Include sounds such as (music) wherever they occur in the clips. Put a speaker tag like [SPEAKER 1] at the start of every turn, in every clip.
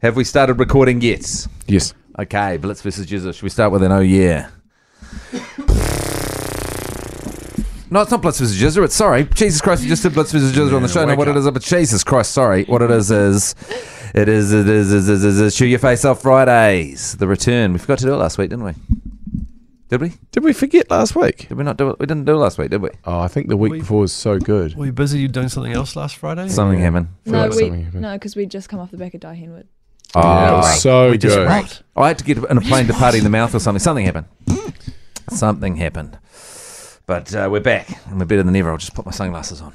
[SPEAKER 1] Have we started recording yet?
[SPEAKER 2] Yes.
[SPEAKER 1] Okay, Blitz versus Jesus. Should we start with an oh yeah? No, it's not Blitz versus Jizzer. It's sorry. Jesus Christ, we just did Blitz versus Jizzer on the show. Now,
[SPEAKER 2] wake
[SPEAKER 1] what it
[SPEAKER 2] up.
[SPEAKER 1] is, but Jesus Christ, sorry. What it is is, it is, it is, is, is, is, is Chew Your Face Off Fridays, the return. We forgot to do it last week, didn't we? Did we?
[SPEAKER 2] Did we forget last week?
[SPEAKER 1] Did we not do it? We didn't do it last week, did we?
[SPEAKER 2] Oh, I think the week
[SPEAKER 3] We-
[SPEAKER 2] before was so good.
[SPEAKER 3] Were you busy doing something else last Friday?
[SPEAKER 1] Something happened.
[SPEAKER 2] feel
[SPEAKER 4] No,
[SPEAKER 2] like
[SPEAKER 4] we
[SPEAKER 2] something happened.
[SPEAKER 4] no, because we'd just come off the back of Die Henwood.
[SPEAKER 1] Oh,
[SPEAKER 2] yeah, Ah, it
[SPEAKER 1] right.
[SPEAKER 2] was so
[SPEAKER 3] we just
[SPEAKER 2] good.
[SPEAKER 3] what?
[SPEAKER 1] I had to get in a plane to party in the mouth or something. Something happened. Something happened. But uh, we're back and we're better than ever. I'll just put my sunglasses on.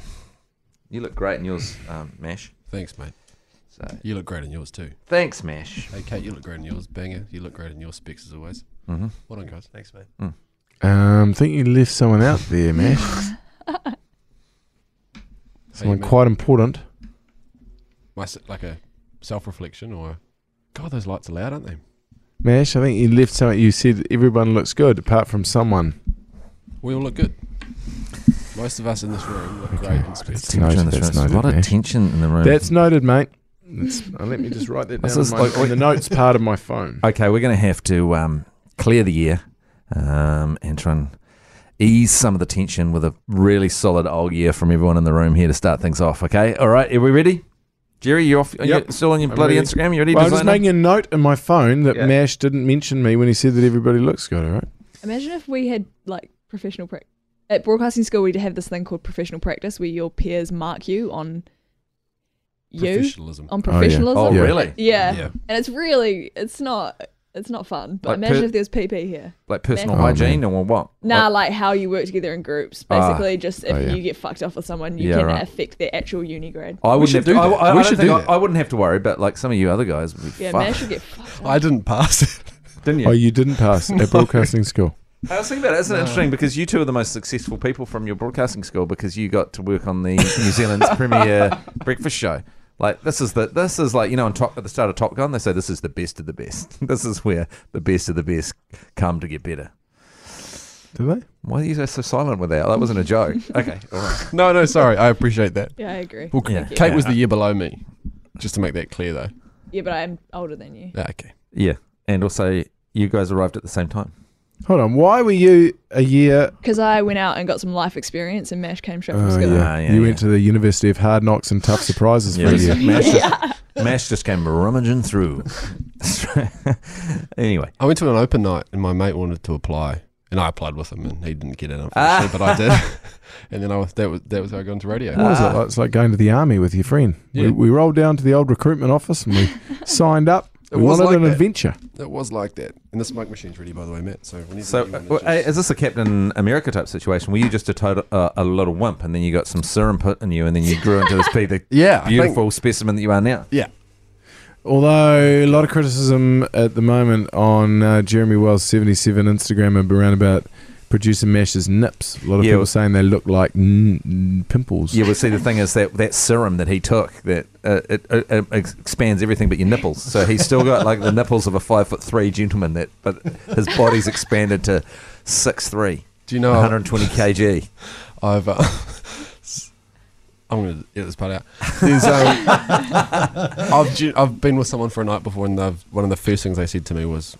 [SPEAKER 1] You look great in yours, um, Mash.
[SPEAKER 5] Thanks, mate.
[SPEAKER 1] So
[SPEAKER 5] You look great in yours too.
[SPEAKER 1] thanks, Mash.
[SPEAKER 5] Hey, Kate, you look great in yours. Banger, you look great in your specs as always.
[SPEAKER 1] hmm
[SPEAKER 5] Well done, guys.
[SPEAKER 3] Thanks, mate.
[SPEAKER 2] Um, I think you left someone out there, man. someone
[SPEAKER 5] mate.
[SPEAKER 2] quite important.
[SPEAKER 5] My, s- like a self-reflection or... God, those lights are loud, aren't they?
[SPEAKER 2] Mash, I think you left someone. You said everyone looks good apart from someone.
[SPEAKER 5] We all look good. Most of us in this room look
[SPEAKER 2] Okay.
[SPEAKER 5] great in specs.
[SPEAKER 2] It's noted,
[SPEAKER 1] in this room.
[SPEAKER 2] that's
[SPEAKER 1] There's a lot
[SPEAKER 2] noted,
[SPEAKER 1] of
[SPEAKER 2] Mash.
[SPEAKER 1] tension in the room.
[SPEAKER 2] That's noted, mate. That's- uh, let me just write that
[SPEAKER 1] This
[SPEAKER 2] down in,
[SPEAKER 1] is
[SPEAKER 2] my,
[SPEAKER 1] like-
[SPEAKER 2] in the notes part of my phone.
[SPEAKER 1] okay, we're going to have to um, clear the air um, and try and ease some of the tension with a really solid old year from everyone in the room here to start things off. Okay, all right, are we ready? Jerry, you off? Are you
[SPEAKER 2] Yep.
[SPEAKER 1] still on your
[SPEAKER 2] I'm
[SPEAKER 1] bloody
[SPEAKER 2] ready.
[SPEAKER 1] Instagram? You ready?
[SPEAKER 2] Well, I'm just
[SPEAKER 1] designer?
[SPEAKER 2] making a note in my phone that
[SPEAKER 1] Yeah.
[SPEAKER 2] Mash didn't mention me when he said that everybody looks good. All right.
[SPEAKER 4] Imagine if we had like professional practice at broadcasting school. We'd have this thing called professional practice, where your peers mark you on you
[SPEAKER 5] Professionalism.
[SPEAKER 4] on professionalism.
[SPEAKER 1] oh,
[SPEAKER 2] Yeah.
[SPEAKER 1] really?
[SPEAKER 4] Yeah.
[SPEAKER 5] Yeah.
[SPEAKER 4] and it's really it's not it's not fun. But
[SPEAKER 1] Like
[SPEAKER 4] imagine
[SPEAKER 1] per-
[SPEAKER 4] if there's PP here.
[SPEAKER 1] Like personal
[SPEAKER 4] Oh,
[SPEAKER 1] hygiene or what?
[SPEAKER 4] Nah, like how you work together in groups.
[SPEAKER 1] Ah.
[SPEAKER 4] Basically, just if
[SPEAKER 2] Oh, yeah.
[SPEAKER 4] you get fucked off with someone, you
[SPEAKER 1] Yeah,
[SPEAKER 4] can
[SPEAKER 1] right. Oh,
[SPEAKER 4] affect their actual uni grade.
[SPEAKER 1] I wouldn't
[SPEAKER 5] should
[SPEAKER 1] have to.
[SPEAKER 5] do
[SPEAKER 1] I,
[SPEAKER 5] that.
[SPEAKER 1] I, I,
[SPEAKER 5] We
[SPEAKER 1] don't
[SPEAKER 5] should
[SPEAKER 1] think
[SPEAKER 5] do
[SPEAKER 1] I-
[SPEAKER 5] that.
[SPEAKER 1] I wouldn't have to worry, but like some of you other guys, would be
[SPEAKER 4] Yeah,
[SPEAKER 1] fucked.
[SPEAKER 4] Mash would get fucked.
[SPEAKER 5] I
[SPEAKER 4] Up.
[SPEAKER 5] didn't pass (laughs) it.
[SPEAKER 1] didn't you?
[SPEAKER 2] Oh, you didn't pass at broadcasting school.
[SPEAKER 1] I was thinking about it. Isn't it interesting because you two are the most successful people from your broadcasting school because you got to work on the (laughs) New Zealand's (laughs) premier breakfast show. Like this is the this is like you know on top at the start of Top Gun they say this is the best of the best. (laughs) This is where the best of the best come to get better.
[SPEAKER 2] Did they?
[SPEAKER 1] Why are you guys so silent with that? That wasn't a (laughs) joke. Okay, all right.
[SPEAKER 5] No, no, sorry. I appreciate that.
[SPEAKER 4] Yeah, I agree.
[SPEAKER 5] Well,
[SPEAKER 1] Yeah.
[SPEAKER 5] Kate was the year below me. Just to make that clear, though.
[SPEAKER 4] Yeah, but I'm older than you.
[SPEAKER 5] Ah, okay.
[SPEAKER 1] Yeah, and also you guys arrived at the same time.
[SPEAKER 2] Hold on. Why were you a year?
[SPEAKER 4] Because I went out and got some life experience, and Mash came straight from
[SPEAKER 2] Oh,
[SPEAKER 4] school.
[SPEAKER 2] yeah.
[SPEAKER 1] Ah, yeah,
[SPEAKER 2] you
[SPEAKER 1] yeah.
[SPEAKER 2] went to the University of Hard Knocks and Tough Surprises
[SPEAKER 1] Yeah,
[SPEAKER 2] for a year.
[SPEAKER 1] Mash, just, Mash just came rummaging through. (laughs) anyway,
[SPEAKER 5] I went to an open night and my mate wanted to apply. And I applied with him and he didn't get in,
[SPEAKER 1] Ah.
[SPEAKER 5] unfortunately, but
[SPEAKER 1] (laughs)
[SPEAKER 5] I did. and then I was, that was, that was how I got into radio.
[SPEAKER 1] Ah.
[SPEAKER 2] What was it? like? It's like going to the army with your friend.
[SPEAKER 5] Yeah.
[SPEAKER 2] We, we rolled down to the old recruitment office (laughs) and we signed up.
[SPEAKER 5] It
[SPEAKER 2] We
[SPEAKER 5] was
[SPEAKER 2] wanted
[SPEAKER 5] like
[SPEAKER 2] an
[SPEAKER 5] that.
[SPEAKER 2] adventure.
[SPEAKER 5] It was like that. And the smoke machine's ready, by the way, Matt. So we need
[SPEAKER 1] so uh, well, hey, is this a Captain America type situation? Were you just a total uh, a little wimp, and then you got some serum put in you, and then you grew into this (laughs) big, the
[SPEAKER 5] yeah, I think-
[SPEAKER 1] beautiful specimen that you are now?
[SPEAKER 5] yeah,
[SPEAKER 2] Although a lot of criticism at the moment on uh, Jeremy Wells seventy seven Instagram and around about producer Mash's nips. A lot of
[SPEAKER 1] Yeah.
[SPEAKER 2] people saying they look like n- n- pimples.
[SPEAKER 1] Yeah, well, see, the thing is that that serum that he took that uh, it, it, it ex- expands everything but your nipples. So he's still got like the nipples of a five foot three gentleman, that but his body's expanded to six three.
[SPEAKER 5] Do you know-
[SPEAKER 1] 120 kg?
[SPEAKER 5] I've. Uh, (laughs) I'm going to edit this part out. There's, um, I've ju- I've been with someone for a night before, and they've, one of the first things they said to me was,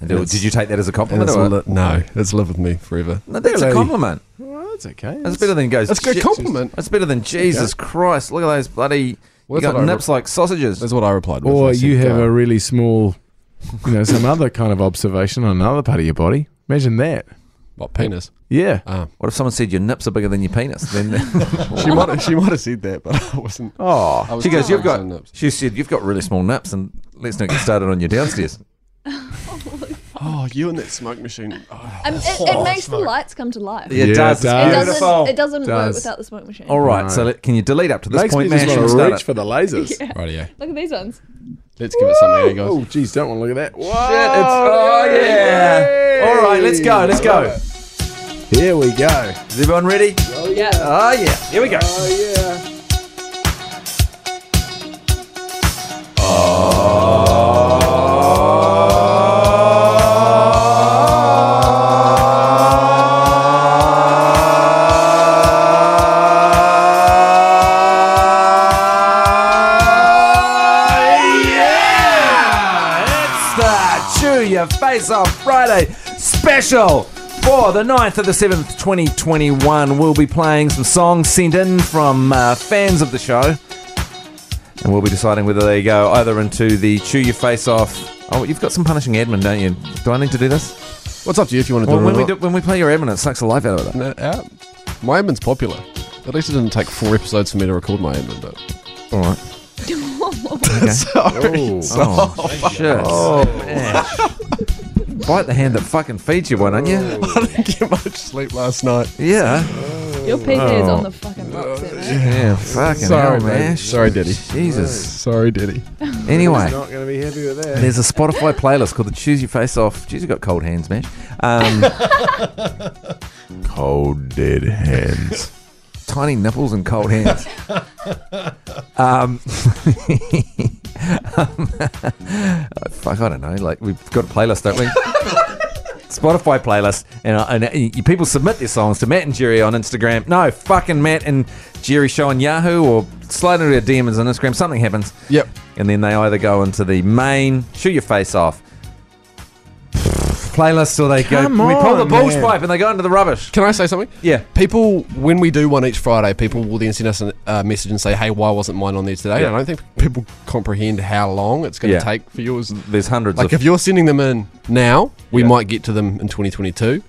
[SPEAKER 1] And Did
[SPEAKER 5] it's-
[SPEAKER 1] you take that as a
[SPEAKER 5] and
[SPEAKER 1] compliment?
[SPEAKER 5] it's
[SPEAKER 1] Or?
[SPEAKER 5] li- "No, it's live with me forever."
[SPEAKER 1] no, that's a
[SPEAKER 5] lady.
[SPEAKER 1] compliment.
[SPEAKER 2] well, that's okay.
[SPEAKER 1] That's better than goes.
[SPEAKER 5] That's a good
[SPEAKER 1] "Shit,
[SPEAKER 5] compliment.
[SPEAKER 1] That's better than Jesus Christ. Look at those bloody.
[SPEAKER 5] Well,
[SPEAKER 1] you
[SPEAKER 5] that's
[SPEAKER 1] got
[SPEAKER 5] what I
[SPEAKER 1] nips like sausages.
[SPEAKER 5] That's what I replied. With.
[SPEAKER 2] Or
[SPEAKER 5] I said,
[SPEAKER 2] you have
[SPEAKER 5] uh,
[SPEAKER 2] a really small, you know, some other kind of observation on another part of your body. Imagine that.
[SPEAKER 5] what penis?
[SPEAKER 2] Yeah.
[SPEAKER 5] Ah.
[SPEAKER 1] What if someone said your nips are bigger than your penis? Then (laughs)
[SPEAKER 5] she might have, she might have said that, but I wasn't.
[SPEAKER 2] Oh,
[SPEAKER 5] I was
[SPEAKER 1] she goes, "You've got."
[SPEAKER 5] on nips.
[SPEAKER 1] She said, "You've got really small nips, and let's not get started on your downstairs."
[SPEAKER 5] Oh, you and that smoke machine. Oh.
[SPEAKER 4] Um, it, it makes the lights come to life.
[SPEAKER 2] Yeah, it does.
[SPEAKER 4] It
[SPEAKER 2] does.
[SPEAKER 4] doesn't, it doesn't work
[SPEAKER 2] Does.
[SPEAKER 4] without the smoke machine.
[SPEAKER 1] All right,
[SPEAKER 2] No.
[SPEAKER 1] so let, can you delete up to this
[SPEAKER 2] makes
[SPEAKER 1] point,
[SPEAKER 2] me
[SPEAKER 1] man?
[SPEAKER 2] just
[SPEAKER 1] Should we
[SPEAKER 2] want to
[SPEAKER 1] start
[SPEAKER 2] reach
[SPEAKER 1] it?
[SPEAKER 2] for the lasers.
[SPEAKER 5] Right, yeah.
[SPEAKER 4] Look at these ones.
[SPEAKER 5] Let's give it something, eh, guys.
[SPEAKER 2] Oh, geez, don't want to look at that. Whoa,
[SPEAKER 1] Shit, it's- oh yeah! All right, let's go. Let's go.
[SPEAKER 2] Here we go.
[SPEAKER 1] Is everyone ready?
[SPEAKER 4] yeah.
[SPEAKER 1] Oh yeah! Here we go.
[SPEAKER 2] Oh yeah.
[SPEAKER 1] Oh, Media Face Off Friday special for the 9th of the 7th, 2021. We'll be playing some songs sent in from uh, fans of the show. And we'll be deciding whether they go either into the Chew Your Face Off. Oh, you've got some punishing admin, don't you? Do I need to do this?
[SPEAKER 5] What's up to you if you want to
[SPEAKER 1] Well,
[SPEAKER 5] do it
[SPEAKER 1] when,
[SPEAKER 5] or
[SPEAKER 1] we
[SPEAKER 5] not.
[SPEAKER 1] do, when we play your admin, it sucks the life out of it.
[SPEAKER 5] No, uh, my admin's popular. At least it didn't take four episodes for me to record my admin, but
[SPEAKER 1] All right.
[SPEAKER 5] (laughs) sorry.
[SPEAKER 1] Oh, (laughs) shit. Oh, man. Bite the hand that fucking feeds you, why don't you?
[SPEAKER 5] I didn't get much sleep last night.
[SPEAKER 1] Yeah.
[SPEAKER 4] Your PK is
[SPEAKER 1] Oh.
[SPEAKER 4] on the fucking box. set, mate.
[SPEAKER 1] Yeah, fucking
[SPEAKER 5] Sorry,
[SPEAKER 1] hell,
[SPEAKER 5] mate.
[SPEAKER 1] man.
[SPEAKER 5] Sorry, Diddy.
[SPEAKER 1] Jesus.
[SPEAKER 5] Sorry, Diddy.
[SPEAKER 1] Anyway,
[SPEAKER 2] not going to be happy with that.
[SPEAKER 1] there's a Spotify playlist called the Choose Your Face Off. Jeez, you got cold hands, man. Um,
[SPEAKER 2] (laughs) Cold dead hands.
[SPEAKER 1] tiny nipples and cold hands. um, (laughs) fuck, I don't know. Like we've got a playlist, don't we? Spotify playlist, and, and uh, you, people submit their songs to Matt and Jerry on Instagram. No, fucking Matt and Jerry show on Yahoo, or slide into our DMs on Instagram. Something happens,
[SPEAKER 5] Yep.
[SPEAKER 1] and then they either go into the main shoot your face off playlist, or they
[SPEAKER 2] Come
[SPEAKER 1] go we pull the
[SPEAKER 2] on,
[SPEAKER 1] bullsh
[SPEAKER 2] man.
[SPEAKER 1] pipe and they go into the rubbish.
[SPEAKER 5] Can I say something?
[SPEAKER 1] Yeah,
[SPEAKER 5] People, when we do one each Friday, people will then send us a uh, message and say, "Hey, why wasn't mine on there today?"
[SPEAKER 1] Yeah.
[SPEAKER 5] And I don't think people comprehend how long it's going to
[SPEAKER 1] Yeah.
[SPEAKER 5] take for yours.
[SPEAKER 1] there's hundreds
[SPEAKER 5] Like,
[SPEAKER 1] of
[SPEAKER 5] if you're sending them in now, we
[SPEAKER 1] Yeah.
[SPEAKER 5] might get to them in 2022.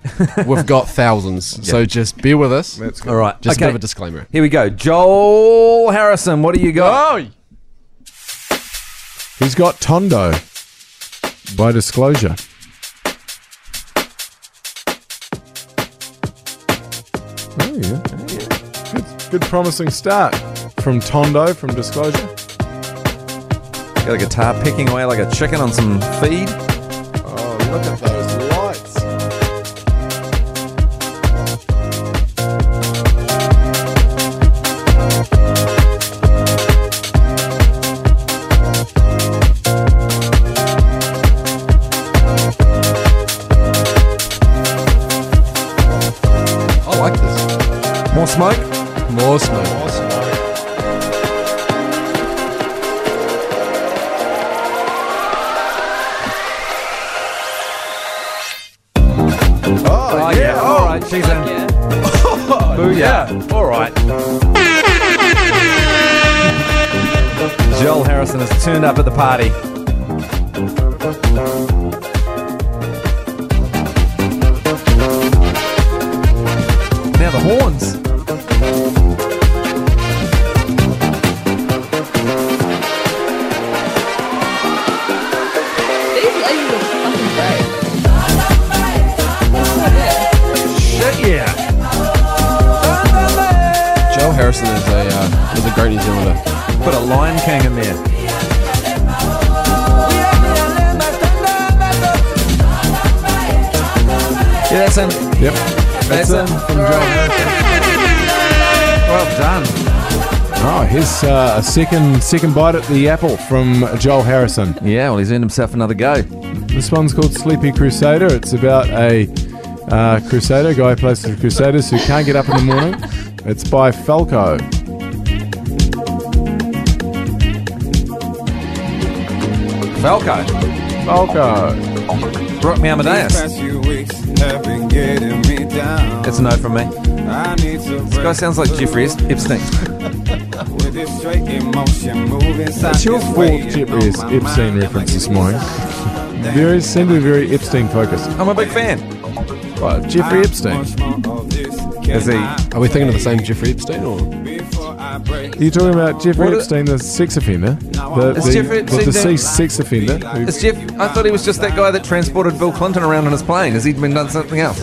[SPEAKER 5] We've (laughs) got thousands, so just bear with us.
[SPEAKER 2] That's good.
[SPEAKER 1] all right.
[SPEAKER 5] Just a bit
[SPEAKER 1] okay.
[SPEAKER 5] of a disclaimer.
[SPEAKER 1] Here we go. Joel Harrison, what do you got?
[SPEAKER 5] Oh,
[SPEAKER 2] Who's got Tondo by disclosure? Oh, yeah. Good, good promising start from Tondo from Disclosure.
[SPEAKER 1] Got a guitar pecking away like a chicken on some feed.
[SPEAKER 2] Oh, look at those lights.
[SPEAKER 5] I like this.
[SPEAKER 1] More smoke?
[SPEAKER 5] More smoke.
[SPEAKER 1] Oh, yeah. All right. She's in. (laughs)
[SPEAKER 4] Yeah.
[SPEAKER 1] Booyah. All right. Joel Harrison has turned up at the party. Now the horns.
[SPEAKER 4] These ladies are fucking great.
[SPEAKER 1] Shit, yeah.
[SPEAKER 5] Joe Harrison is a uh, is a great New Zealander.
[SPEAKER 1] Put a Lion King in there. Yeah, that's in.
[SPEAKER 2] Yep.
[SPEAKER 1] That's, in. Well done.
[SPEAKER 2] Oh, here's uh, a second second bite at the apple from Joel Harrison.
[SPEAKER 1] Yeah, well, he's earned himself another go.
[SPEAKER 2] This one's called Sleepy Crusader. It's about a uh, crusader, a guy who plays for the Crusaders who can't get up in the morning. It's by Falco.
[SPEAKER 1] Falco.
[SPEAKER 2] Falco.
[SPEAKER 1] Brooke me Amadeus.
[SPEAKER 6] These past few weeks have been getting me down.
[SPEAKER 1] It's a no from me.
[SPEAKER 6] I need to
[SPEAKER 1] This guy sounds like Jeffrey Ep- Epstein.
[SPEAKER 6] With this straight emotion moving
[SPEAKER 2] That's your
[SPEAKER 6] sideways
[SPEAKER 2] fourth
[SPEAKER 6] and
[SPEAKER 2] Jeffrey
[SPEAKER 6] on my
[SPEAKER 2] Epstein
[SPEAKER 6] mind.
[SPEAKER 2] reference this morning. (laughs) Very, seemed to be very Epstein focused.
[SPEAKER 1] I'm a big fan.
[SPEAKER 2] Well, Jeffrey Epstein.
[SPEAKER 6] Much more of this
[SPEAKER 1] Is he-
[SPEAKER 6] can
[SPEAKER 5] Are we thinking of the same Jeffrey Epstein or?
[SPEAKER 6] I- before I break
[SPEAKER 2] Are you talking about Jeffrey
[SPEAKER 1] What a-
[SPEAKER 2] Epstein, the sex offender? The,
[SPEAKER 1] Is
[SPEAKER 2] the-
[SPEAKER 1] Jeffrey
[SPEAKER 2] the
[SPEAKER 1] Epstein
[SPEAKER 2] deceased sex offender? who-
[SPEAKER 1] Is Jeff? I thought he was just that guy that transported Bill Clinton around in his plane. Has he been done something else?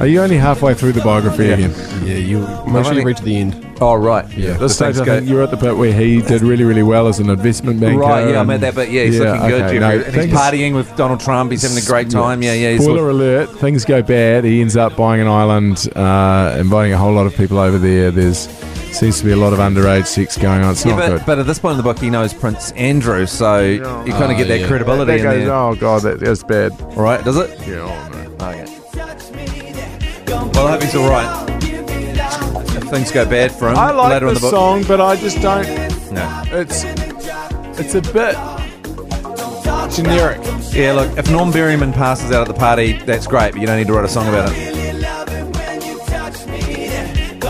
[SPEAKER 2] are you only halfway through the biography again?
[SPEAKER 5] Yeah, you
[SPEAKER 1] I've
[SPEAKER 5] make sure
[SPEAKER 1] only-
[SPEAKER 5] you read to the end.
[SPEAKER 1] Oh right,
[SPEAKER 2] At
[SPEAKER 1] The
[SPEAKER 2] this stage,
[SPEAKER 1] things
[SPEAKER 2] I
[SPEAKER 1] go-
[SPEAKER 2] think you're at the bit where he did really, really well as an investment banker.
[SPEAKER 1] Right, yeah, I
[SPEAKER 2] and-
[SPEAKER 1] meant that, but yeah, he's looking good, Jeffrey.
[SPEAKER 2] okay, no,
[SPEAKER 1] and he's
[SPEAKER 2] things-
[SPEAKER 1] partying with Donald Trump. He's having a great time. Yeah, yeah. He's
[SPEAKER 2] Spoiler alert: things go bad. He ends up buying an island, uh, inviting a whole lot of people over there. There's seems to be a lot of underage sex going on. It's
[SPEAKER 1] yeah,
[SPEAKER 2] not
[SPEAKER 1] but,
[SPEAKER 2] Oh, good.
[SPEAKER 1] but at this point in the book, he knows Prince Andrew, so you kind of
[SPEAKER 2] Ah,
[SPEAKER 5] Oh,
[SPEAKER 1] get that
[SPEAKER 5] yeah.
[SPEAKER 1] credibility in there.
[SPEAKER 2] oh god, that, that's bad.
[SPEAKER 1] All right, does it?
[SPEAKER 2] Yeah, oh, no.
[SPEAKER 1] Okay. Well, I hope he's all right. If things go bad for him
[SPEAKER 2] I like
[SPEAKER 1] later in
[SPEAKER 2] the
[SPEAKER 1] the book.
[SPEAKER 2] song, but I just don't.
[SPEAKER 1] No.
[SPEAKER 2] It's it's a bit. generic.
[SPEAKER 1] Yeah, look, if Norm Berryman passes out at the party, that's great, but you don't need to write a song about it.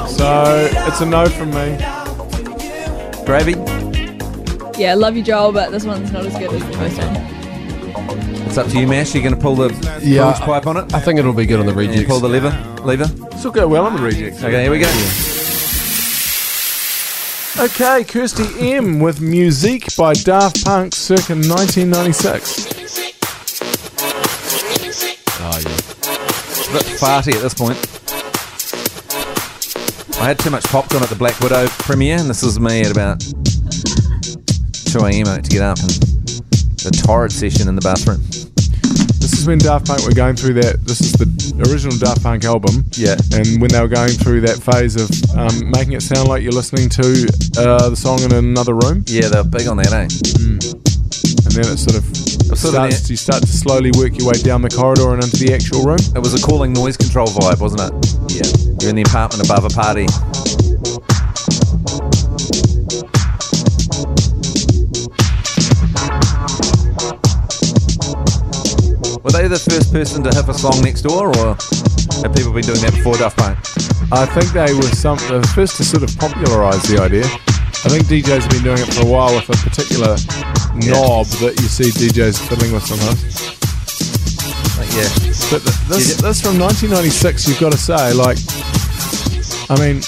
[SPEAKER 2] So it's a no from me.
[SPEAKER 1] Gravy?
[SPEAKER 4] Yeah, love you, Joel, but this one's not as good as the first one.
[SPEAKER 1] It's up to you, Mash. You're going to pull the
[SPEAKER 5] Yeah.
[SPEAKER 1] Bilge pipe on it?
[SPEAKER 5] I think it'll be good on the
[SPEAKER 1] And you
[SPEAKER 5] rejects.
[SPEAKER 1] pull the lever? Lever?
[SPEAKER 2] Still go well on the rejects.
[SPEAKER 1] Okay, here we go.
[SPEAKER 2] Okay, Kirsty M with Musique by Daft Punk circa 1996.
[SPEAKER 5] oh, yeah.
[SPEAKER 1] It's a bit farty at this point. I had too much popcorn at the Black Widow premiere, and this is me at about 2 a.m. I had to get up and the torrid session in the bathroom.
[SPEAKER 2] This is when Daft Punk were going through that. This is the original Daft Punk album.
[SPEAKER 1] Yeah.
[SPEAKER 2] And when they were going through that phase of um, making it sound like you're listening to uh, the song in another room,
[SPEAKER 1] Yeah, they're big on that, eh?
[SPEAKER 2] and then it sort of
[SPEAKER 1] sort of
[SPEAKER 2] starts.
[SPEAKER 1] the-
[SPEAKER 2] you start to slowly work your way down the corridor and into the actual room.
[SPEAKER 1] It was a calling noise control vibe, wasn't it? Yeah. You're in the apartment above a party. Were they the first person to hit a song next door, or have people been doing that before Daft Punk?
[SPEAKER 2] I think they were some the first to sort of popularise the idea. I think DJs have been doing it for a while with a particular knob that you see DJs fiddling with sometimes.
[SPEAKER 1] Like, yeah.
[SPEAKER 2] But th- this,
[SPEAKER 1] Yeah.
[SPEAKER 2] this from 1996, you've got to say, like, I mean,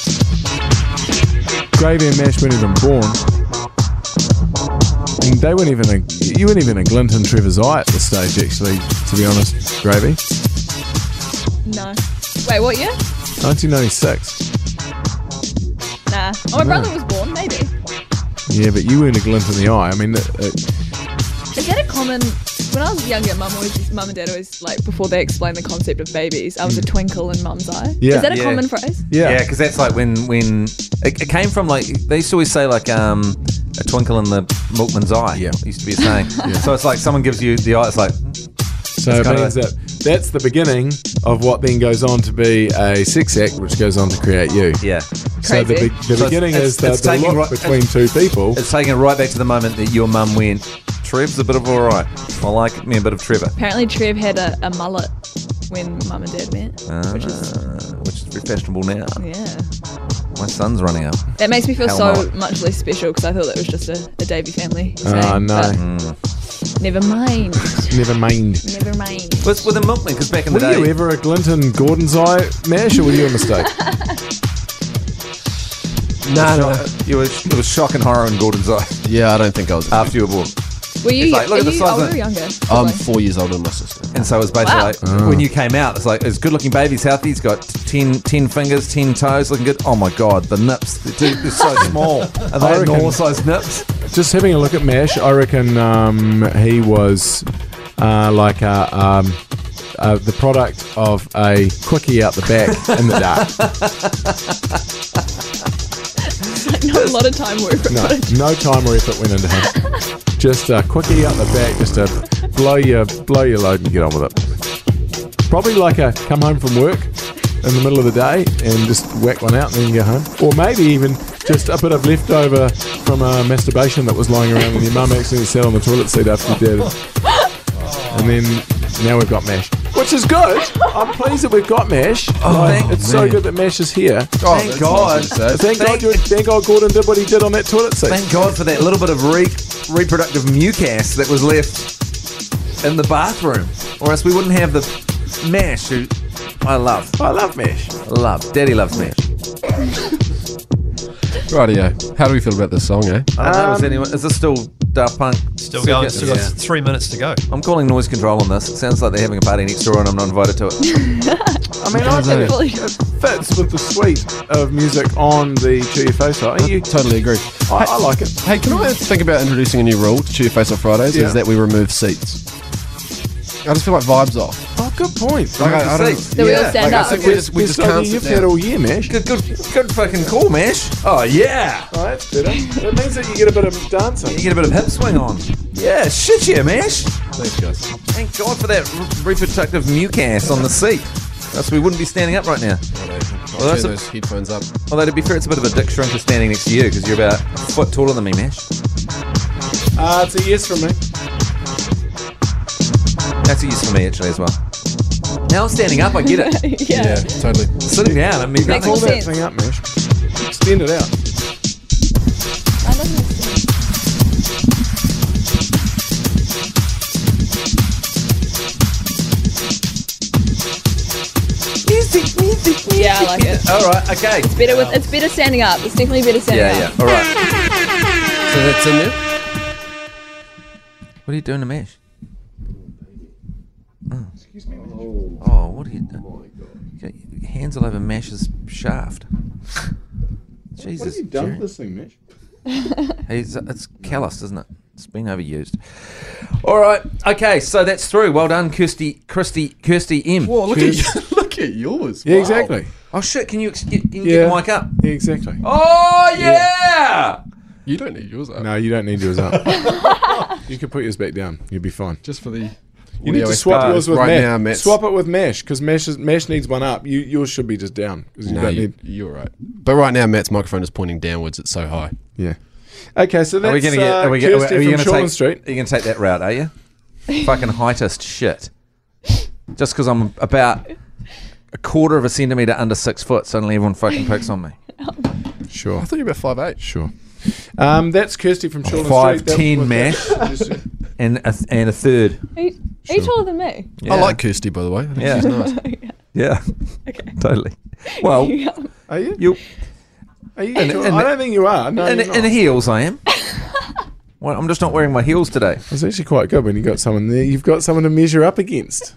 [SPEAKER 2] Gravy and Mash weren't even born. And they weren't even a, you weren't even a glint in Trevor's eye at this stage, actually, to be honest, Gravy.
[SPEAKER 4] No. Wait, what year?
[SPEAKER 2] 1996.
[SPEAKER 4] Nah. Oh, my brother was born, maybe.
[SPEAKER 2] Yeah, but you weren't a glint in the eye. I mean, uh, it, it,
[SPEAKER 4] Is that a common. When I was younger, mum always, mum and dad always like before they explained the concept of babies. I was a twinkle in mum's eye.
[SPEAKER 2] Yeah.
[SPEAKER 4] Is that a
[SPEAKER 1] Yeah.
[SPEAKER 4] common phrase?
[SPEAKER 1] Yeah, because that's like when when it, it came from like they used to always say like um a twinkle in the milkman's eye.
[SPEAKER 2] Yeah.
[SPEAKER 1] used to be a saying. So it's like someone gives you the eye. It's like
[SPEAKER 2] So it
[SPEAKER 1] kinda
[SPEAKER 2] means that that's the beginning of what then goes on to be a sex act, which goes on to create you.
[SPEAKER 1] yeah,
[SPEAKER 2] So the, be-
[SPEAKER 4] Crazy.
[SPEAKER 2] the
[SPEAKER 1] So it's-
[SPEAKER 2] beginning
[SPEAKER 1] it's-
[SPEAKER 2] is the,
[SPEAKER 1] it's
[SPEAKER 2] the
[SPEAKER 1] taking
[SPEAKER 2] look
[SPEAKER 1] right-
[SPEAKER 2] between two people.
[SPEAKER 1] it's taking it right back to the moment that your mum went. Trev's a bit of alright. I like me a bit of Trevor,
[SPEAKER 4] Apparently, Trev had a, a mullet when mum and dad met, which is
[SPEAKER 1] uh, which is very fashionable now.
[SPEAKER 4] yeah.
[SPEAKER 1] My son's running up.
[SPEAKER 4] That makes me feel
[SPEAKER 1] Hell
[SPEAKER 4] so
[SPEAKER 1] mullet.
[SPEAKER 4] much less special because I thought that was just a, a Davy family.
[SPEAKER 2] Oh,
[SPEAKER 4] saying,
[SPEAKER 2] no.
[SPEAKER 1] uh,
[SPEAKER 4] but Never mind.
[SPEAKER 2] Never mind.
[SPEAKER 4] never mind.
[SPEAKER 1] With, with a milkman, because back in the
[SPEAKER 2] Were
[SPEAKER 1] day,
[SPEAKER 2] you ever a Glinton Gordon's eye mash, or were you a mistake?
[SPEAKER 5] No, no.
[SPEAKER 1] you were uh, it was shock and horror in Gordon's eye (laughs)
[SPEAKER 5] Yeah, I don't think I was.
[SPEAKER 1] after you were born,
[SPEAKER 4] Were you,
[SPEAKER 1] It's like, look
[SPEAKER 4] are
[SPEAKER 1] at the
[SPEAKER 4] you
[SPEAKER 1] size of
[SPEAKER 4] older
[SPEAKER 1] it.
[SPEAKER 4] or younger?
[SPEAKER 5] I'm
[SPEAKER 4] Like,
[SPEAKER 5] four years older than my sister.
[SPEAKER 1] and so it was basically
[SPEAKER 4] Wow.
[SPEAKER 1] like when you came out, it's like it's good-looking baby Southie. He's got 10, 10 fingers, ten toes, looking good. Oh my god, the nips, they're, too- they're
[SPEAKER 2] (laughs)
[SPEAKER 1] so small. Are
[SPEAKER 2] I
[SPEAKER 1] they
[SPEAKER 2] reckon-
[SPEAKER 1] normal-sized nips?
[SPEAKER 2] Just having a look at Mash, I reckon um, he was uh, like a, um, uh, the product of a quickie out the back in the dark.
[SPEAKER 4] (laughs) not a lot of time work.
[SPEAKER 2] No, no time or effort went into him. Just a quickie out the back, just to blow your blow your load and get on with it. Probably like a come home from work in the middle of the day and just whack one out and then go home. Or maybe even just a bit of leftover from a masturbation that was lying around when your mum accidentally sat on the toilet seat after you did. And then now we've got Mash. Which is good. I'm pleased that we've got Mash. Like,
[SPEAKER 1] Oh, thank-
[SPEAKER 2] it's so good that Mash is here.
[SPEAKER 1] thank God.
[SPEAKER 2] Thank, God,
[SPEAKER 1] Thank-
[SPEAKER 2] you thank God Gordon did what he did on that toilet seat.
[SPEAKER 1] Thank God for that little bit of re- reproductive mucus that was left in the bathroom, or else we wouldn't have the mash. Who I love,
[SPEAKER 2] I love Mash.
[SPEAKER 1] love. Daddy loves mash.
[SPEAKER 5] Rightio. How do we feel about this song, eh?
[SPEAKER 1] I don't know. Is anyone? Is this still Daft Punk?
[SPEAKER 3] Still going. Still got
[SPEAKER 1] Yeah.
[SPEAKER 3] three minutes to go.
[SPEAKER 1] I'm calling noise control on this. It sounds like they're having a party next door and I'm not invited to it.
[SPEAKER 2] I
[SPEAKER 4] (laughs)
[SPEAKER 2] mean, I think it fits with the suite of music on the Chew Your Face Off. You,
[SPEAKER 5] Totally agree.
[SPEAKER 2] I, I like it.
[SPEAKER 5] Hey, can I think about introducing a new rule to Cheer Face Off Fridays?
[SPEAKER 2] Yeah.
[SPEAKER 5] Is that we remove seats. I just feel like vibes off.
[SPEAKER 2] Oh, good point.
[SPEAKER 5] Like,
[SPEAKER 1] Remove
[SPEAKER 5] I, I
[SPEAKER 1] the
[SPEAKER 5] don't,
[SPEAKER 1] seats.
[SPEAKER 4] That we all stand
[SPEAKER 5] like,
[SPEAKER 4] up.
[SPEAKER 5] I think we just, we
[SPEAKER 2] Best
[SPEAKER 5] just
[SPEAKER 2] idea
[SPEAKER 5] can't
[SPEAKER 2] you've
[SPEAKER 5] sit
[SPEAKER 2] had
[SPEAKER 5] down.
[SPEAKER 2] all year, Mash.
[SPEAKER 1] Good, good, good fucking call, Mash. Oh, yeah.
[SPEAKER 2] Oh, that's better. It means that you get a bit of dancing.
[SPEAKER 1] You get a bit of hip swing on. Yeah, shit yeah, Mash. Thank God for that re- reproductive mucus on the seat. Else we wouldn't be standing up right now. Well, that's
[SPEAKER 5] Turn
[SPEAKER 1] a-
[SPEAKER 5] those headphones up.
[SPEAKER 1] Although, to be fair, it's a bit of a dick shrinker standing next to you because you're about a foot taller than me, Mash.
[SPEAKER 2] Uh, it's a yes from me.
[SPEAKER 1] That's a use for me actually as well. Now I'm standing up, I get
[SPEAKER 4] (laughs)
[SPEAKER 1] it.
[SPEAKER 4] yeah.
[SPEAKER 5] Yeah, totally.
[SPEAKER 1] Sitting down, I mean,
[SPEAKER 4] Makes
[SPEAKER 1] nothing.
[SPEAKER 4] more
[SPEAKER 2] Pull that
[SPEAKER 4] sense.
[SPEAKER 2] thing up, Mash. Extend it out.
[SPEAKER 7] I love this.
[SPEAKER 4] Yeah, I like it.
[SPEAKER 1] All right, okay.
[SPEAKER 4] Better with it's better standing up. It's definitely better standing
[SPEAKER 1] Yeah, yeah.
[SPEAKER 4] up.
[SPEAKER 1] All right.
[SPEAKER 5] So that's in there.
[SPEAKER 1] What are you doing to Mesh? Excuse me. Oh, what are you doing? Your hands all over Mash's shaft. Jesus. Jerry.
[SPEAKER 2] thing, Mash?
[SPEAKER 1] Hey, It's, it's calloused, isn't it? It's been overused. All right. Okay. So that's through. Well done, Kirsty. Kirsty. Kirsty M.
[SPEAKER 5] Whoa, look at you, (laughs) look at yours.
[SPEAKER 2] Yeah,
[SPEAKER 5] Wow.
[SPEAKER 2] exactly.
[SPEAKER 1] Oh shit! Can you ex- get, can you get
[SPEAKER 2] Yeah.
[SPEAKER 1] the mic up?
[SPEAKER 2] Yeah, exactly.
[SPEAKER 1] Oh yeah!
[SPEAKER 5] You don't need yours uh, up.
[SPEAKER 2] No, you don't need yours up.
[SPEAKER 5] (laughs)
[SPEAKER 2] (laughs) you can put yours back down. You'll be fine.
[SPEAKER 5] Just for the.
[SPEAKER 2] You need
[SPEAKER 5] audio
[SPEAKER 2] to swap
[SPEAKER 5] expert.
[SPEAKER 2] yours with
[SPEAKER 5] right
[SPEAKER 2] Mash.
[SPEAKER 5] now, Matt.
[SPEAKER 2] Swap it with Mash because Mash, is- Mash needs one up. You yours should be just down 'cause you
[SPEAKER 5] No,
[SPEAKER 2] don't
[SPEAKER 5] you,
[SPEAKER 2] need.
[SPEAKER 5] you're right. But right now, Matt's microphone is pointing downwards. It's so high.
[SPEAKER 2] Yeah. Okay, so that's
[SPEAKER 1] Are we gonna get?
[SPEAKER 2] uh,
[SPEAKER 1] Are we, gonna- are we,
[SPEAKER 2] Kirsty
[SPEAKER 1] are we
[SPEAKER 2] from
[SPEAKER 1] gonna
[SPEAKER 2] Shortland
[SPEAKER 1] take?
[SPEAKER 2] Street.
[SPEAKER 1] Are you gonna take that route?
[SPEAKER 2] (laughs)
[SPEAKER 1] Are you? Fucking heightist shit. Just because I'm about a quarter of a centimeter under six foot, suddenly everyone fucking pokes on me.
[SPEAKER 2] Sure,
[SPEAKER 5] thought you were about five eight.
[SPEAKER 2] sure. Um, that's Kirsty from Shortland
[SPEAKER 1] Five
[SPEAKER 2] Street. That
[SPEAKER 1] ten
[SPEAKER 2] was-
[SPEAKER 1] mesh and a, th- and a third.
[SPEAKER 4] Are you, are you taller than me?
[SPEAKER 1] Yeah.
[SPEAKER 5] I like Kirsty, by the way. I think
[SPEAKER 1] Yeah.
[SPEAKER 5] she's
[SPEAKER 4] (laughs)
[SPEAKER 5] nice.
[SPEAKER 1] Yeah. (laughs) Okay. totally. Well,
[SPEAKER 4] Yeah.
[SPEAKER 2] Are (laughs) you?
[SPEAKER 1] you
[SPEAKER 2] (laughs) Are you?
[SPEAKER 1] And-
[SPEAKER 2] sure?
[SPEAKER 1] and-
[SPEAKER 2] I don't think you are. No,
[SPEAKER 1] in,
[SPEAKER 2] you're not.
[SPEAKER 1] in heels I am. Well, I'm just not wearing my heels today.
[SPEAKER 2] It's actually quite good when you got someone there. You've got someone to measure up against.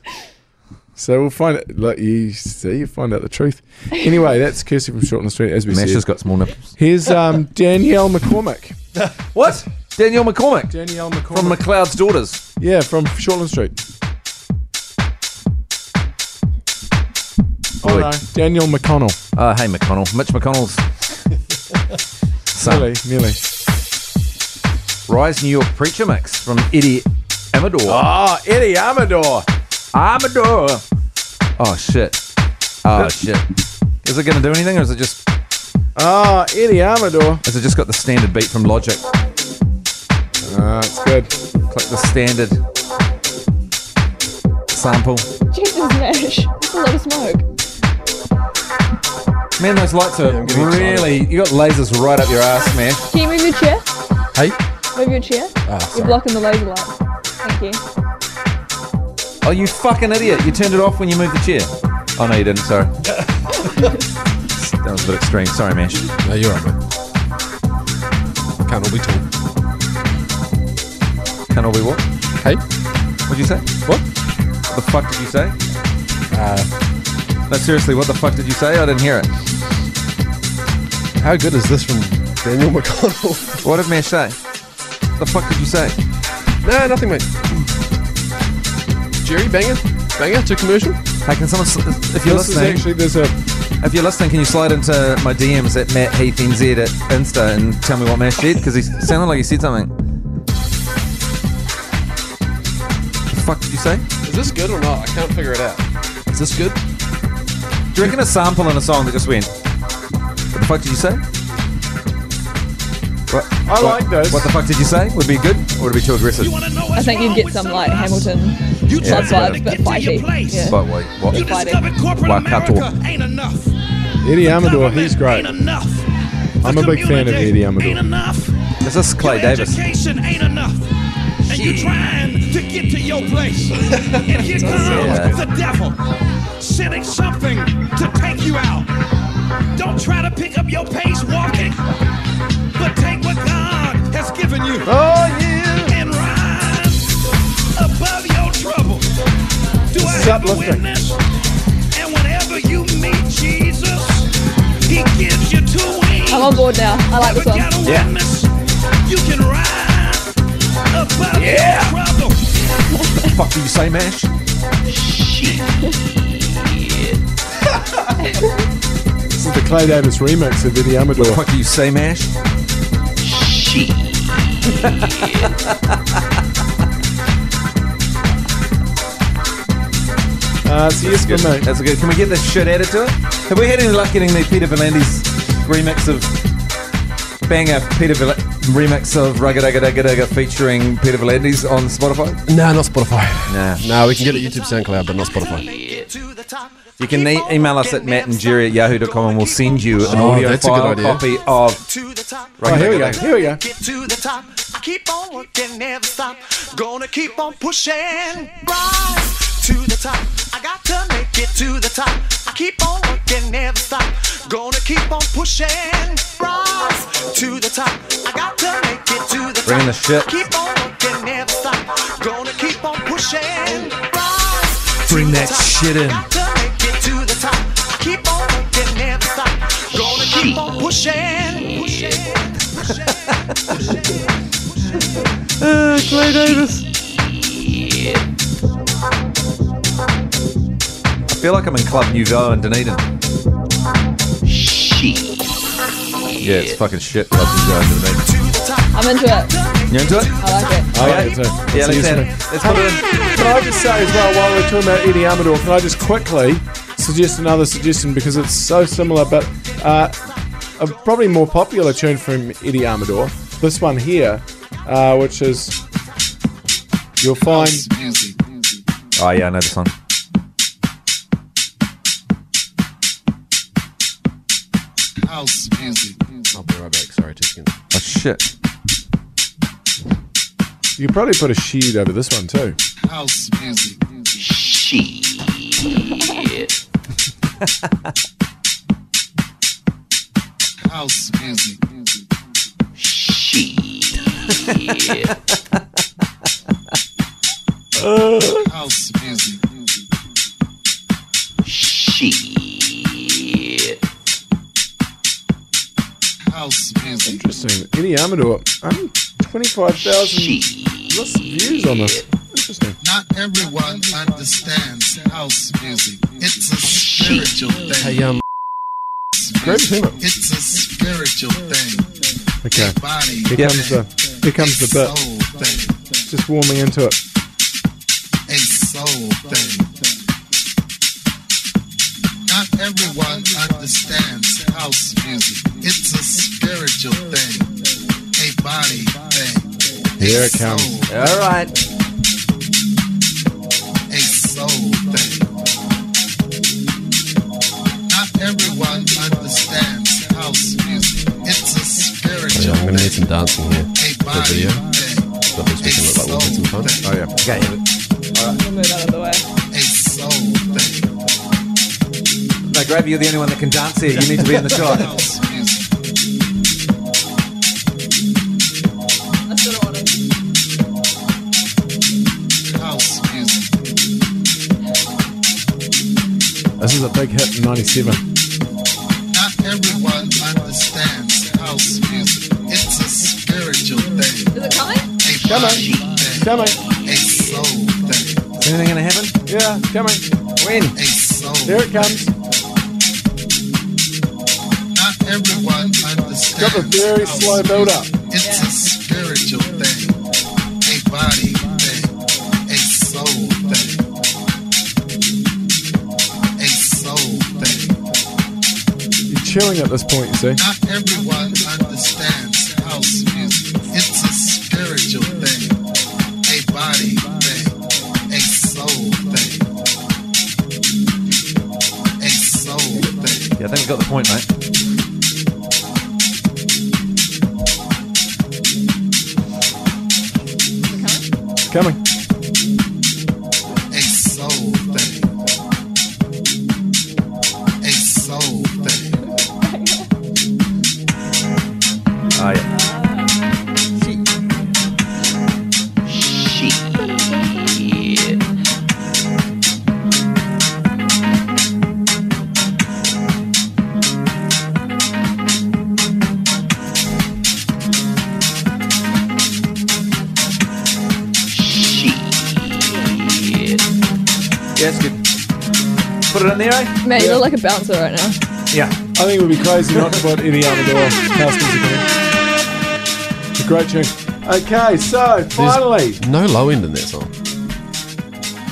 [SPEAKER 2] So we'll find it. Like you see, you find out the truth. Anyway, that's Kirsty from Shortland Street, as we
[SPEAKER 1] Mesh
[SPEAKER 2] said.
[SPEAKER 1] has got small nipples.
[SPEAKER 2] Here's um, Danielle McCormick.
[SPEAKER 1] What? Danielle McCormick
[SPEAKER 2] Danielle
[SPEAKER 1] from
[SPEAKER 2] McCormick.
[SPEAKER 1] McLeod's Daughters.
[SPEAKER 2] yeah, from Shortland Street. Oh,
[SPEAKER 1] Boy.
[SPEAKER 2] no. Daniel McConnell.
[SPEAKER 1] Uh, hey, McConnell. Mitch McConnell's son.
[SPEAKER 2] Nearly, nearly.
[SPEAKER 1] Rise New York Preacher Mix from Eddie Amador.
[SPEAKER 2] Ah, Eddie Amador.
[SPEAKER 1] Amador! Oh, shit. Oh, shit. Is it going to do anything, or is it just
[SPEAKER 2] Ah, Eddie Amador.
[SPEAKER 1] has it just got the standard beat from Logic?
[SPEAKER 2] Ah, it's good.
[SPEAKER 1] Click the standard sample.
[SPEAKER 4] Jesus, Nash. That's a lot of smoke.
[SPEAKER 1] Man, those lights are
[SPEAKER 5] getting
[SPEAKER 1] really. You got lasers right up your ass, man.
[SPEAKER 4] Can you move your chair?
[SPEAKER 5] Hey,
[SPEAKER 4] Move your chair. You're blocking the laser light. Thank you.
[SPEAKER 1] Oh, you fucking idiot! You turned it off when you moved the chair. Oh no, you didn't. Sorry. that was a bit extreme. Sorry, man.
[SPEAKER 5] no, you're right, mate. Can't all be tall.
[SPEAKER 1] Can all be what?
[SPEAKER 5] Hey,
[SPEAKER 1] What'd you say?
[SPEAKER 5] what?
[SPEAKER 1] The fuck did you say? No, seriously, what the fuck did you say? I didn't hear it.
[SPEAKER 5] How good is this from Daniel (laughs) McConnell?
[SPEAKER 1] What did Mesh say? The fuck did you say?
[SPEAKER 5] no, nothing, mate. Jerry Banger, Banger to commercial.
[SPEAKER 1] Hey, can someone, sl- if you're
[SPEAKER 2] This is
[SPEAKER 1] listening,
[SPEAKER 2] actually, there's a
[SPEAKER 1] if you're listening, can you slide into my DMs at Matt Heath NZ at Insta and tell me what Mesh said? Because he sounded like he said something. The fuck did you say?
[SPEAKER 5] Is this good or not? I can't figure it out. Is this good?
[SPEAKER 1] Do you reckon a sample in a song that just went? What the fuck did you say? What,
[SPEAKER 2] I like those.
[SPEAKER 1] what the fuck did you say? Would be good or would it be too aggressive?
[SPEAKER 4] I think you'd get some like Hamilton club
[SPEAKER 1] it's better.
[SPEAKER 4] vibes, but fighty. Yeah.
[SPEAKER 1] But wait, what?
[SPEAKER 4] Just fighting.
[SPEAKER 8] ain't enough.
[SPEAKER 2] Eddie Amador. He's great.
[SPEAKER 8] Ain't enough.
[SPEAKER 2] I'm a big fan of Eddie
[SPEAKER 8] Ain't
[SPEAKER 2] Amador.
[SPEAKER 8] enough.
[SPEAKER 1] Is this Clay
[SPEAKER 8] Your
[SPEAKER 1] Davis?
[SPEAKER 8] Education ain't enough. And you're trying to get to your place. and
[SPEAKER 2] (laughs)
[SPEAKER 8] here comes the devil, sending something to take you out. Don't try to pick up your pace walking, but take what God has given you
[SPEAKER 2] Oh yeah.
[SPEAKER 8] and rise above your trouble. Do I
[SPEAKER 2] is
[SPEAKER 8] have a
[SPEAKER 2] uplifting.
[SPEAKER 8] witness? And whenever you meet Jesus, he gives you two wings.
[SPEAKER 4] I'm on board now. I like this
[SPEAKER 8] Ever
[SPEAKER 4] one.
[SPEAKER 8] got a witness? You can rise above your trouble.
[SPEAKER 1] Fuck did you say, Mash?
[SPEAKER 2] This is the Clay Davis remix of Eddie Amador.
[SPEAKER 1] Fuck did you say, Mash?
[SPEAKER 2] Uh, so yes for me.
[SPEAKER 1] That's a good. Can we get this shit added to it? Have we had any luck getting the Peter Valandy's remix of banger Peter Val- remix of Rugga Dugga Dugga Dugga featuring Peter Valandis on Spotify?
[SPEAKER 5] No, not Spotify.
[SPEAKER 1] Nah.
[SPEAKER 5] No, we can get it YouTube, SoundCloud, but not Spotify.
[SPEAKER 1] You can e- email us at mattandjerry at yahoo.com and we'll send you an
[SPEAKER 5] Oh,
[SPEAKER 1] audio
[SPEAKER 5] that's a good
[SPEAKER 1] file
[SPEAKER 5] idea.
[SPEAKER 1] copy of
[SPEAKER 2] Oh,
[SPEAKER 1] Rugga
[SPEAKER 2] here we go.
[SPEAKER 1] Dugga Dugga.
[SPEAKER 2] Here we go.
[SPEAKER 9] Get to the top. I keep on working, never stop. Gonna keep on pushing. Rise to the top. I got to make it to the top. I keep on working, never stop. Gonna keep on pushing. Rise to the top. I got to make it to the top.
[SPEAKER 1] Bringing the shit.
[SPEAKER 9] Keep on working, never stop. Gonna keep on pushing. Rise
[SPEAKER 3] Bring
[SPEAKER 9] to the
[SPEAKER 3] that
[SPEAKER 9] top.
[SPEAKER 3] shit in.
[SPEAKER 9] I got to make it to the top. I keep on working, never stop. Gonna keep on pushing. Pushing. Pushing.
[SPEAKER 1] I feel like I'm in Club Nouveau in Dunedin. Yeah, it's fucking shit Club Nouveau in Dunedin.
[SPEAKER 4] I'm into it.
[SPEAKER 1] You into it?
[SPEAKER 4] I like it.
[SPEAKER 2] I
[SPEAKER 1] Okay.
[SPEAKER 2] like it too.
[SPEAKER 1] Yeah,
[SPEAKER 2] Oh, Let's use
[SPEAKER 1] Alexander,
[SPEAKER 2] it.
[SPEAKER 1] let's put it in.
[SPEAKER 2] Can I just say as well, while we're talking about Eddie Amador, can I just quickly suggest another suggestion because it's so similar, but uh, a probably more popular tune from Eddie Amador. This one here, uh, which is you'll find
[SPEAKER 1] Oh yeah, I know this one.
[SPEAKER 5] I'll be right back. Sorry, two seconds.
[SPEAKER 1] Oh shit.
[SPEAKER 2] you could probably put a sheet over this one too. Interesting. Eddie Amador, um, twenty-five thousand views on this. Interesting.
[SPEAKER 10] Not everyone understands house music. It's a spiritual thing.
[SPEAKER 5] Hey, um,
[SPEAKER 2] Great tune.
[SPEAKER 10] It's a spiritual thing.
[SPEAKER 2] Okay.
[SPEAKER 10] Body,
[SPEAKER 2] Here
[SPEAKER 1] Yeah.
[SPEAKER 2] comes the here comes the bit.
[SPEAKER 10] soul thing,
[SPEAKER 2] Just warming into it.
[SPEAKER 10] a soul thing. Not everyone understands house music. It's a spiritual thing, a body thing.
[SPEAKER 2] Here
[SPEAKER 10] a
[SPEAKER 2] it comes.
[SPEAKER 10] soul,
[SPEAKER 1] All right.
[SPEAKER 10] A soul thing. Not everyone understands house music. It's a
[SPEAKER 5] yeah,
[SPEAKER 10] spiritual
[SPEAKER 5] I'm gonna need
[SPEAKER 10] thing,
[SPEAKER 5] some dancing here.
[SPEAKER 10] a body
[SPEAKER 5] video.
[SPEAKER 10] thing,
[SPEAKER 5] That looks we can look like we'll get some fun.
[SPEAKER 2] Oh yeah.
[SPEAKER 1] Okay.
[SPEAKER 4] We'll move out of the way.
[SPEAKER 10] a soul thing.
[SPEAKER 1] No, Gravy, you're the only one that can dance here. You need to be in the
[SPEAKER 10] (laughs)
[SPEAKER 1] shot.
[SPEAKER 10] House music.
[SPEAKER 4] I still don't want to.
[SPEAKER 10] House music.
[SPEAKER 2] This is a big hit in '97.
[SPEAKER 10] Not everyone understands house music. It's a spiritual thing,
[SPEAKER 4] Is it coming?
[SPEAKER 10] a
[SPEAKER 2] Come on.
[SPEAKER 10] body thing,
[SPEAKER 2] Coming.
[SPEAKER 10] a soul thing,
[SPEAKER 1] Is anything gonna happen?
[SPEAKER 2] Yeah. Coming.
[SPEAKER 1] When?
[SPEAKER 10] a soul.
[SPEAKER 2] Here it comes.
[SPEAKER 10] Not everyone understands.
[SPEAKER 2] Got a very
[SPEAKER 10] house
[SPEAKER 2] slow build up.
[SPEAKER 10] It's a spiritual thing, a body thing, a soul thing, a soul thing.
[SPEAKER 2] You're chilling at this point, you see.
[SPEAKER 10] Not everyone understands house music. It's a spiritual thing, a body thing, a soul thing, a soul thing.
[SPEAKER 1] Yeah, I think we got the point, mate.
[SPEAKER 2] Coming.
[SPEAKER 10] A soul thing. A soul thing.
[SPEAKER 1] Oh yeah. Yeah, it's good. Put it in there, eh?
[SPEAKER 4] Man, you look like a bouncer right now.
[SPEAKER 1] Yeah.
[SPEAKER 2] I think it would be crazy not to put Eddie Amador house music in it. It's a great tune. Okay, so finally,
[SPEAKER 5] no low end in that song.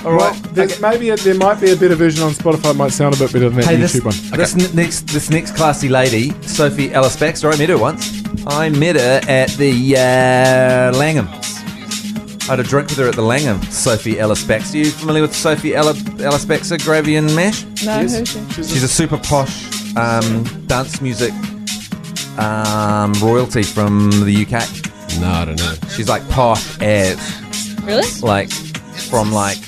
[SPEAKER 1] All
[SPEAKER 2] well,
[SPEAKER 1] right.
[SPEAKER 2] there's maybe a, there might be a better version on Spotify. It might sound a bit better than that
[SPEAKER 1] Hey, this,
[SPEAKER 2] YouTube one.
[SPEAKER 1] this n- next this next classy lady, Sophie Ellis Baxter. I met her once. I met her at the uh, Langham. I had a drink with her at the Langham. Sophie Ellis Baxter. You familiar with Sophie Ella, Ellis Baxter, Gravy and Mash?
[SPEAKER 4] No, who's she?
[SPEAKER 1] She's a super posh um, dance music um, royalty from the UK.
[SPEAKER 5] No, I don't know.
[SPEAKER 1] She's like posh as.
[SPEAKER 4] Really?
[SPEAKER 1] Like from like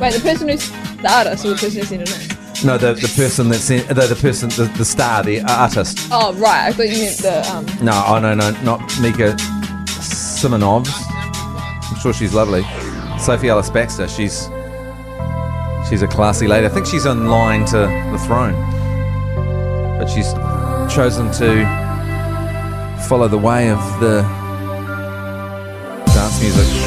[SPEAKER 4] Wait, the person who's the artist or the person who sent it in?
[SPEAKER 1] no the, the person that's in, the, the person the, the star the artist.
[SPEAKER 4] Oh, right. I thought you meant the. Um,
[SPEAKER 1] No, oh no, no, not Mika Simonovs. I'm sure she's lovely. Sophie Ellis Baxter, she's she's a classy lady. I think she's on line to the throne, but she's chosen to follow the way of the dance music.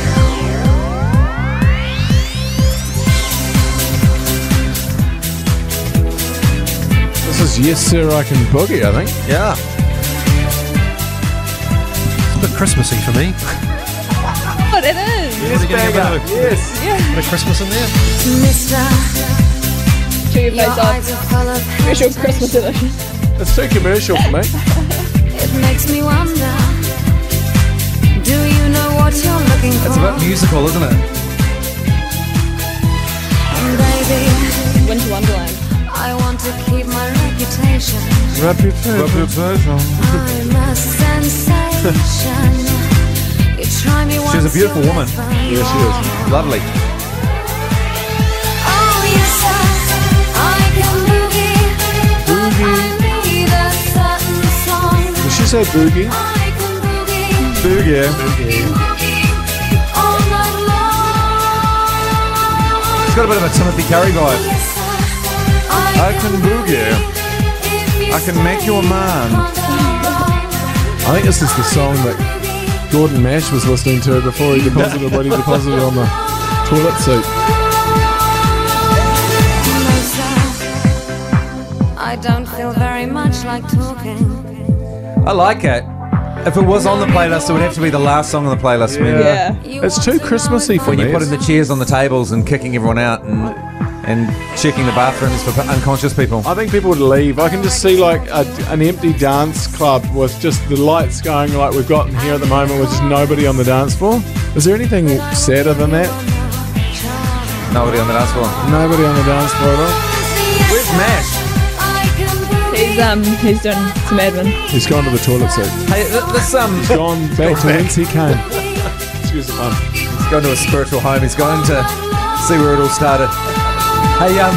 [SPEAKER 2] This is Yes Sir I Can Boogie, I think.
[SPEAKER 1] Yeah.
[SPEAKER 3] It's a bit Christmassy for me.
[SPEAKER 4] God, Oh, it is.
[SPEAKER 3] Yes, yes.
[SPEAKER 4] Yeah.
[SPEAKER 3] Bit of Christmas in there.
[SPEAKER 4] Show your face off. uh, Special Christmas edition.
[SPEAKER 2] It's too commercial for me.
[SPEAKER 7] It makes me wonder. Do you know what you're looking
[SPEAKER 1] It's a bit musical, isn't it?
[SPEAKER 7] baby?
[SPEAKER 4] Winter Wonderland.
[SPEAKER 7] I want to keep my reputation. I'm a sensation. You try me
[SPEAKER 1] She's a beautiful woman.
[SPEAKER 7] Yes, she is.
[SPEAKER 1] Lovely.
[SPEAKER 7] Oh, yes, sir. I can boogie. But I need a certain song.
[SPEAKER 2] Did she say boogie?
[SPEAKER 7] I can boogie.
[SPEAKER 2] Boogie.
[SPEAKER 7] boogie all night long.
[SPEAKER 1] It's got a bit of a Timothy Curry vibe.
[SPEAKER 7] Yes, sir. I,
[SPEAKER 2] I can boogie.
[SPEAKER 7] if you
[SPEAKER 1] I can make you a
[SPEAKER 7] stay
[SPEAKER 1] man.
[SPEAKER 7] on the line.
[SPEAKER 2] I think this is the song that Gordon Mash was listening to before he deposited what he deposited on the toilet seat.
[SPEAKER 7] I don't feel very much like talking.
[SPEAKER 1] I like it. If it was on the playlist, it would have to be the last song on the playlist. man.
[SPEAKER 4] Yeah.
[SPEAKER 7] You
[SPEAKER 2] It's
[SPEAKER 7] want
[SPEAKER 2] too
[SPEAKER 7] to know
[SPEAKER 2] Christmassy
[SPEAKER 7] if
[SPEAKER 2] for
[SPEAKER 1] when
[SPEAKER 2] me.
[SPEAKER 1] you're putting the chairs on the tables and kicking everyone out and and checking the bathrooms for unconscious people.
[SPEAKER 2] I think people would leave. I can just see like a, an empty dance club with just the lights going like we've got in here at the moment with just nobody on the dance floor. Is there anything sadder than that?
[SPEAKER 1] Nobody on the dance floor.
[SPEAKER 2] Nobody on the dance floor at all.
[SPEAKER 1] Where's Mash?
[SPEAKER 7] I can boogie.
[SPEAKER 4] He's um he's doing some admin.
[SPEAKER 2] He's gone to the toilet seat.
[SPEAKER 1] Hey, th- this um, he's
[SPEAKER 2] (laughs) Gone back to whence he came. Excuse the pun.
[SPEAKER 1] going to a spiritual home. He's going to see where it all started. Hey, um,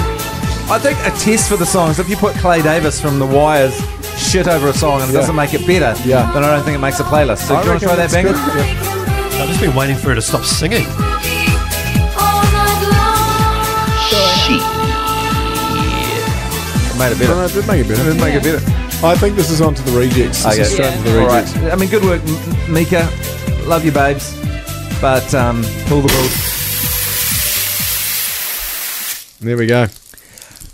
[SPEAKER 1] I think a test for the songs. If you put Clay Davis from The Wires shit over a song and it
[SPEAKER 2] Yeah.
[SPEAKER 1] doesn't make it better,
[SPEAKER 2] Yeah.
[SPEAKER 1] then I don't think it makes a playlist. So
[SPEAKER 2] I
[SPEAKER 1] do you want to
[SPEAKER 2] reckon
[SPEAKER 1] try that,
[SPEAKER 2] it's
[SPEAKER 1] Bang?
[SPEAKER 2] good. Yeah.
[SPEAKER 3] I've just been waiting for her to stop singing.
[SPEAKER 7] all night long.
[SPEAKER 1] It made it
[SPEAKER 2] No,
[SPEAKER 1] better.
[SPEAKER 2] no, it did make it better.
[SPEAKER 1] It make it better.
[SPEAKER 2] I think this is onto the rejects. This
[SPEAKER 1] Okay.
[SPEAKER 2] is straight
[SPEAKER 4] Yeah.
[SPEAKER 2] into the
[SPEAKER 1] All
[SPEAKER 2] rejects.
[SPEAKER 1] right. I mean, good work, M- Mika. Love you, babes. But um, pull the ball.
[SPEAKER 2] There we go.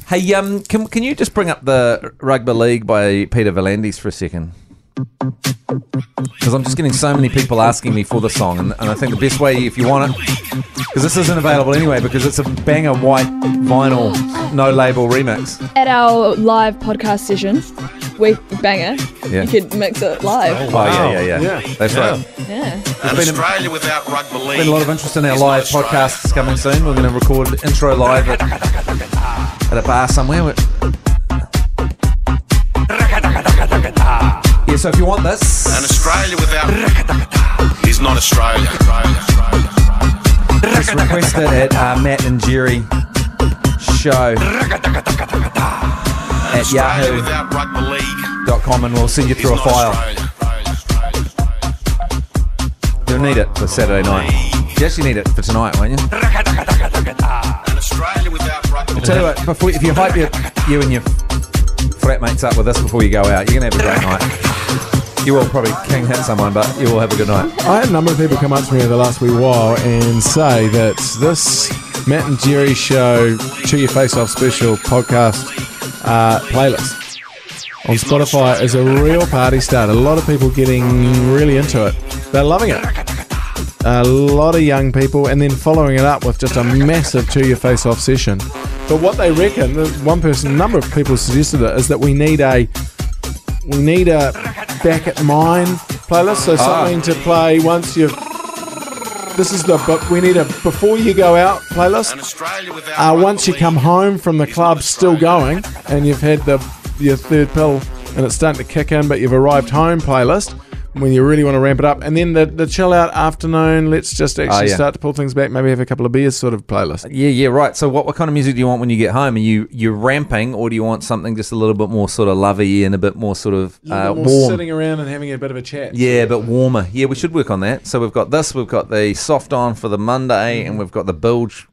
[SPEAKER 1] Hey, um, can, can you just bring up the Rugby League by Peter Valandis for a second? Because I'm just getting so many people asking me for the song, and, and I think the best way, if you want it, because this isn't available anyway, because it's a banger white vinyl, no label remix.
[SPEAKER 4] At our live podcast session, we banger.
[SPEAKER 1] Yeah.
[SPEAKER 4] You could mix it live.
[SPEAKER 1] Oh, yeah, yeah, yeah.
[SPEAKER 2] Yeah.
[SPEAKER 1] That's right.
[SPEAKER 4] Yeah.
[SPEAKER 1] There's been a, Australia without rugby league. Been a lot of interest in our live podcasts coming soon. We're going to record intro live at, at a bar somewhere. We're- Yeah, so if you want this,
[SPEAKER 11] And Australia without is not Australia.
[SPEAKER 1] just request it at uh, Matt and Jerry show at
[SPEAKER 11] Australia
[SPEAKER 1] yahoo.com
[SPEAKER 11] without rugby league
[SPEAKER 1] and we'll send you
[SPEAKER 11] is
[SPEAKER 1] through a
[SPEAKER 11] not
[SPEAKER 1] file.
[SPEAKER 11] Australia. Australia, Australia, Australia.
[SPEAKER 1] You'll need it for Saturday night. You actually need it for tonight, won't you?
[SPEAKER 11] And Australia without rugby league.
[SPEAKER 1] Tell you what, before, if you hype your, you and your frat mates up with us before you go out, you're going to have a great night. You will probably king hit someone, but you will have a good night.
[SPEAKER 2] I had a number of people come up to me over the last wee while and say that this Matt and Jerry show Chew Your Face Off special podcast uh, playlist on Spotify is a real party starter. A lot of people getting really into it. They're loving it. A lot of young people, and then following it up with just a massive Chew Your Face Off session. But what they reckon, the one person, a number of people suggested it, is that we need a we need a back at mine playlist.
[SPEAKER 1] Ah.
[SPEAKER 2] So something to play once you've. This is the but we need a before you go out playlist. Uh, once you come home from the club, still going, and you've had the your third pill, and it's starting to kick in, but you've arrived home playlist when you really want to ramp it up, and then the, the chill out afternoon. Let's just actually
[SPEAKER 1] Ah, yeah. Uh,
[SPEAKER 2] start to pull things back. Maybe have a couple of beers, sort of playlist.
[SPEAKER 1] Yeah, yeah, right. So, what, what kind of music do you want when you get home? Are you you ramping, or do you want something just a little bit more sort of lovey and a bit more sort of uh,
[SPEAKER 2] Little more
[SPEAKER 1] warm?
[SPEAKER 2] sitting around and having a bit of a chat.
[SPEAKER 1] Yeah, but warmer. Yeah, we should work on that. So we've got this, we've got the soft on for the Monday,
[SPEAKER 2] Mm-hmm.
[SPEAKER 1] and we've got the bilge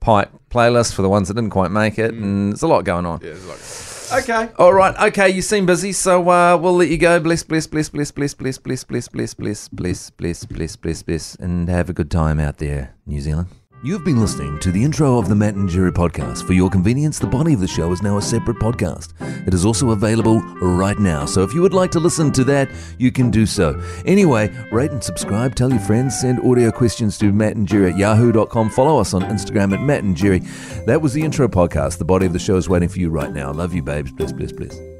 [SPEAKER 1] pipe playlist for the ones that didn't quite make it, and there's a lot going on. Yeah,
[SPEAKER 2] Mm-hmm. there's a lot. Okay.
[SPEAKER 1] All right. Okay, you seem busy, so uh, we'll let you go. Bless, bless, bless, bless, bless, bless, bless, bless, bless, bless, bless, bless, bless, bless, bless, and have a good time out there, New Zealand.
[SPEAKER 12] You've been listening to the intro of the Matt and Jerry podcast. For your convenience, the body of the show is now a separate podcast. It is also available right now. So if you would like to listen to that, you can do so. Anyway, rate and subscribe, tell your friends, send audio questions to Matt and Jerry at yahoo.com. Follow us on Instagram at Matt and Jerry. That was the intro podcast. The body of the show is waiting for you right now. Love you, babes. Bless, bless, bless.